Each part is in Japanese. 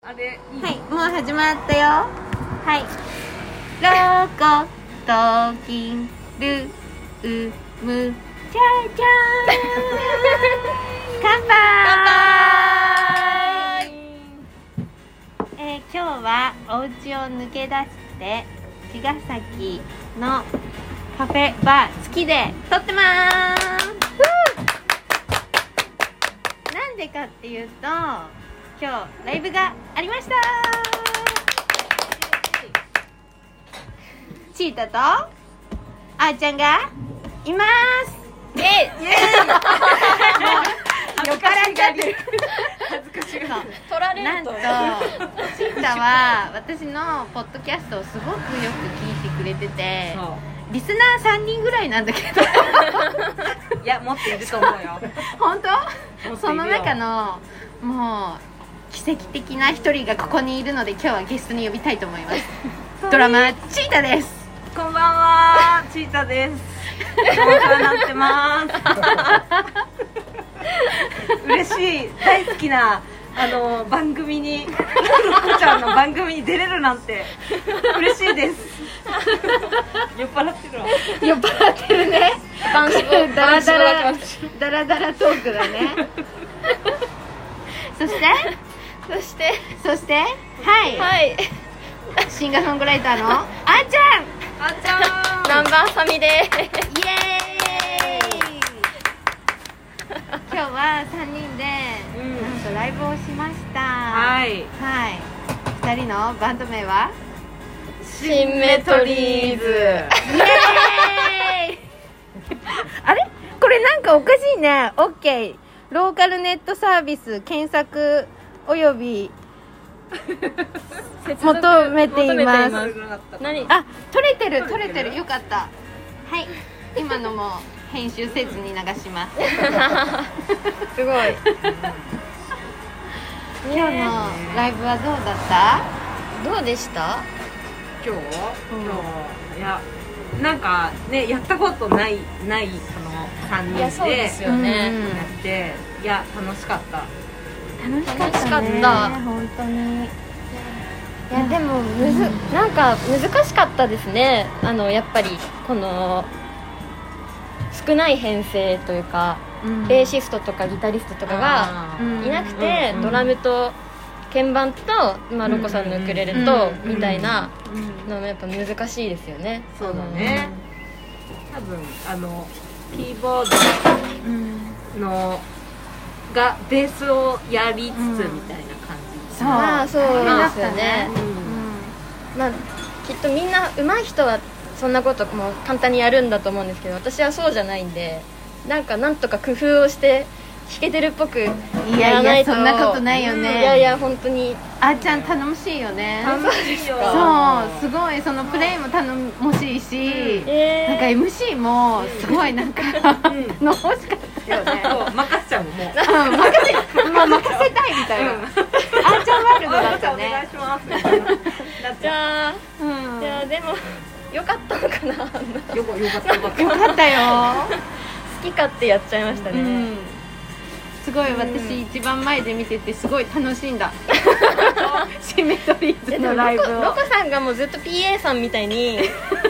あれいいはい、もう始まったよ。はい。ロコ、トキン、ル、ウ、ム、チャチャーン。乾杯。えー今日はお家を抜け出して茅ヶ崎のカフェバー付きで撮ってます。ふうなんでかっていうと今日ライブがありました。チータとあーちゃんがいます。イエ酔っ払っちゃってる。そう取らなんとシータは私のポッドキャストをすごくよく聞いてくれててリスナー3人ぐらいなんだけ どいや持っていると思うよ本持っている当よその中のもう奇跡的な一人がここにいるので今日はゲストに呼びたいと思いますドラマーチータです こんばんはチータですお世話になって ます嬉しい大好きなあの番組にロコちゃんの番組に出れるなんて嬉しいです酔っ払ってるわ酔っ払ってるね男子ダ語ラ男子ダ語だラ感じダラダラトークだね そしてそしてそしてはい、はいシンガーソングライターのあーちゃんあちゃ南波あさみですイエーイ今日は3人で、うんなんとライブをしましたはいいはい2人のバンド名はシンメトリーズイエーイあれこれなんかおかしいね OK ローカルネットサービス検索および求めています求めてい何あ取れてる取れてるよかったはい今のも編集せずに流します すごい 今日のライブはどうだったどうでした今日うん今日いやなんかねやったことないないこの3人でいやそうですよねやっていや楽しかった楽しかった楽しかねった本当にいやでもむずなんか難しかったですねあのやっぱりこの少ない編成というかベーシストとかギタリストとかがあうんーいなくてうんドラムと鍵盤と、まあ、ロコさんのウクレレとうんみたいなうんのもやっぱ難しいですよねそうだね多分あのキーボーうんドのがベースをやりつつみたいな感そうまあそう大変だっですたよねねじ、まあ、きっとみんな上手い人はそんなこともう簡単にやるんだと思うんですけど私はそうじゃないんでなんかなんとか工夫をして弾けてるっぽくやいやらいなやいとそんなことないよいやいねや本当にあーちゃん頼もしいよね楽しいよそうすごいそのプレイも頼もしいしなんかえ MC もすごいなんかうんその欲しかったよねう任せちゃうもんもう うん任せまあ任せたいみたいなうんあーちゃんワールドだったお願いねしますみたいななっじちゃゃあうんじゃあでもよかったのかな好うよくよかったよかったよかったよき勝手やっちゃいましたね、うん、すごい私一番前で見ててすごい楽しん だシメトリーズえでのもライロブコをロコさんがもうずっと PA さんみたいに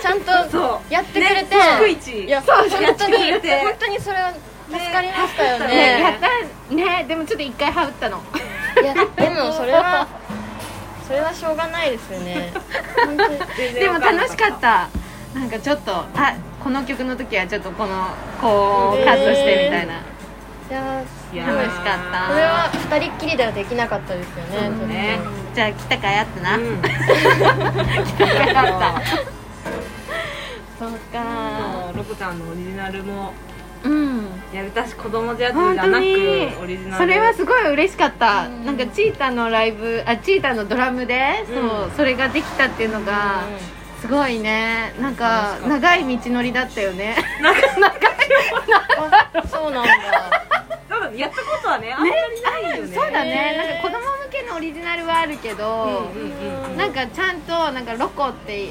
ちゃんとそうやってくれて、ね逐一いやそう本当にやってくれて本当にそれは助かりましたよねね、ねやったねでもちょっと一回羽打ったのいやでもそれはそれはしょうがないですよね本当にでも楽しかったなんかちょっとあこの曲の時はちょっとこのこうカットしてみたいな、いやいやー楽しかったこれは二人っきりではできなかったですよねそうだねじゃあ来たかやったな、うん来たかやったそそうかうロコちゃんのオリジナルもうんやれたし子供ジャズ本じゃ当なくにオリジナルそれはすごい嬉しかった、うんなんかチータのライブあチータのドラムでそう、うんそれができたっていうのがすごいねなんか楽しかった長い道のりだったよね あそうなんだそうだねやったことはねあんまりないよね そうだねなんか子供向けのオリジナルはあるけど、うんうんうんなんかちゃんとなんかロコって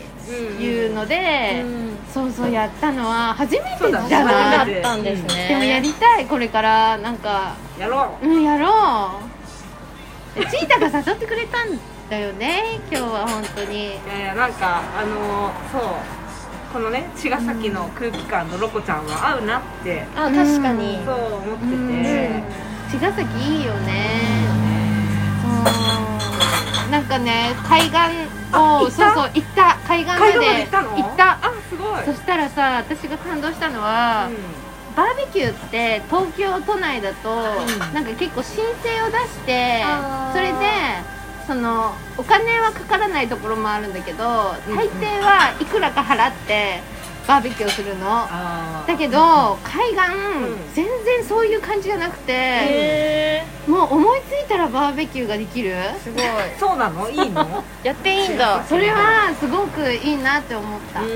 いうのうで、んそうそうやったのは初めてそうじだねゃそうなだい、ったんですねでもやりたいこれからなんかやろうんやろうチータが誘ってくれたんだよね今日は本当にいやいやなんかあのーそうこのね茅ヶ崎の空気感のロコちゃんは合うなって、あ確かにうんそう思ってて、うん茅ヶ崎いいよねうんなんかね海岸あ行をったそうそう行った海岸ま海道までで行ったの行ったあすごいそしたらさ私が感動したのは、バーベキューって東京都内だと、うんなんか結構申請を出してあーそれでそのお金はかからないところもあるんだけどうん大抵はいくらか払ってバーベキューをするのあーだけど海岸、ん全然そういう感じじゃなくて、へもう思いついたらバーベキューができるーすごいそうなのいい のやっていいんだそれはすごくいいなって思った、あと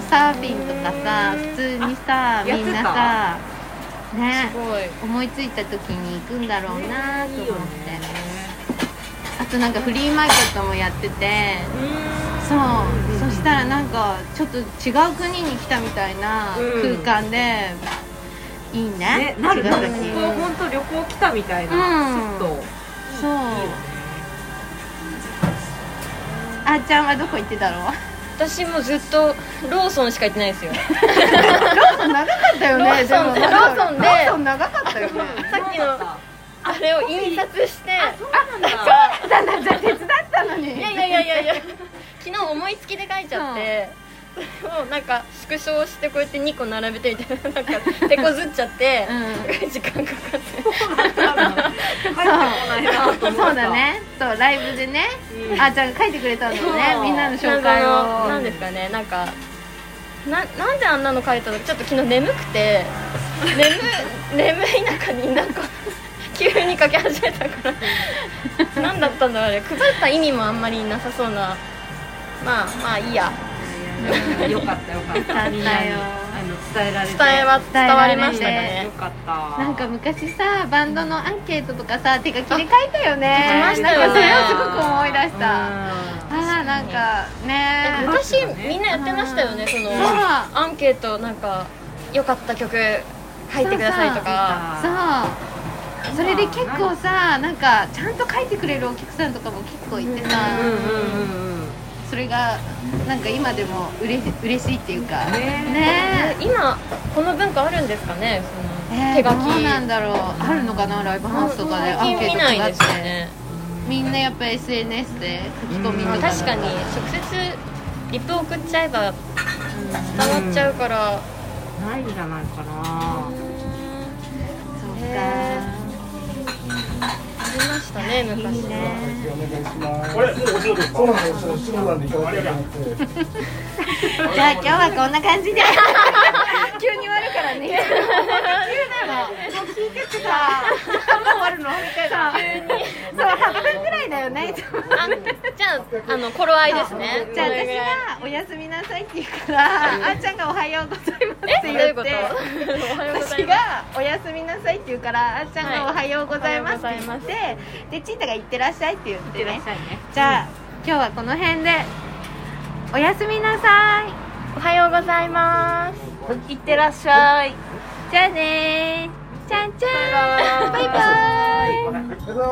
んサーフィンとかさ普通にさあやっみてたんなさねすごい思いついた時に行くんだろうなと思って、いいよねあとなんかフリーマーケットもやっててそう、そしたらなんかちょっと違う国に来たみたいなうん空間で、いいねねなる茅なヶる崎ここ本当旅行来たみたいな、うんちょっといいそういいよねあーちゃんはどこ行ってた ろう私もずっとローソンしか行ってないですよローソン長かったよねローソでンもなんかローソンでローソン長かったよねさっきのああれを印刷してそうなんだそうだなんだじゃあ手伝ったのにいやいやいやいやいや昨日思いつきで書いちゃって、それをなんかスクショしてこうやって2個並べてみたいななんか手こずっちゃって、時間かかって帰ってこないなと思うん、っそたうだねそうライブでね、うんあーちゃんが書いてくれたんだよねみんなの紹介謎のなんをですかねなんかななんであんなの書いたのちょっと昨日眠くて眠眠い中になんか急に書き始めたから何だったんだろうあれ配った意味もあんまりなさそうなまあまあいいやいやいやよかったよかっよかったたよみんなにあの伝えられて伝えは伝わりました伝ねよかったなんか昔さバンドのアンケートとかさ手書きで書いたよ書きねましたよなんかそれをすごく思い出した、あたあーなんかね昔みんなやってましたよねそのそうアンケートなんか良かった曲書いてくださいとかそうそれで結構さなんかちゃんと書いてくれるお客さんとかも結構いてさ、うんうんうんうんそれがなんか今でもうれ嬉しいっていうかねね今この文化あるんですかねそのえ手ー書きどうなんだろうあるのかなライブハウスとかでアン最ケー近ト見とないかっでてすよねみんなやっぱ SNS で書き込みとまあか確かに直接リップ送っちゃえば伝わっちゃうからないんじゃないかなそうか、へありましたね昔いいねお願いします。これ、もうお仕事ですかそうなんですよ。仕事なんで行かなきゃいけなくて。じゃあ今日はこんな感じで 急に終わるからね急 なのもう聞いててさもう終わるのみたいなそう8分くらいだよねあじゃああの頃合いですねじゃあこれ私ぐらいが「おやすみなさい」って言うからあーちゃんが「おはようございます」ってえどうい言うこっとておはようご私ざいますが「おやすみなさい」って言うからあーちゃんが「おはようございます」って言って、でチータが「いってらっしゃい」って言ってねいねじゃあ今日はこの辺でおやすみなさいおはようございますいってらっしゃいじゃあねーちゃんちゃんバイバイありがとうございます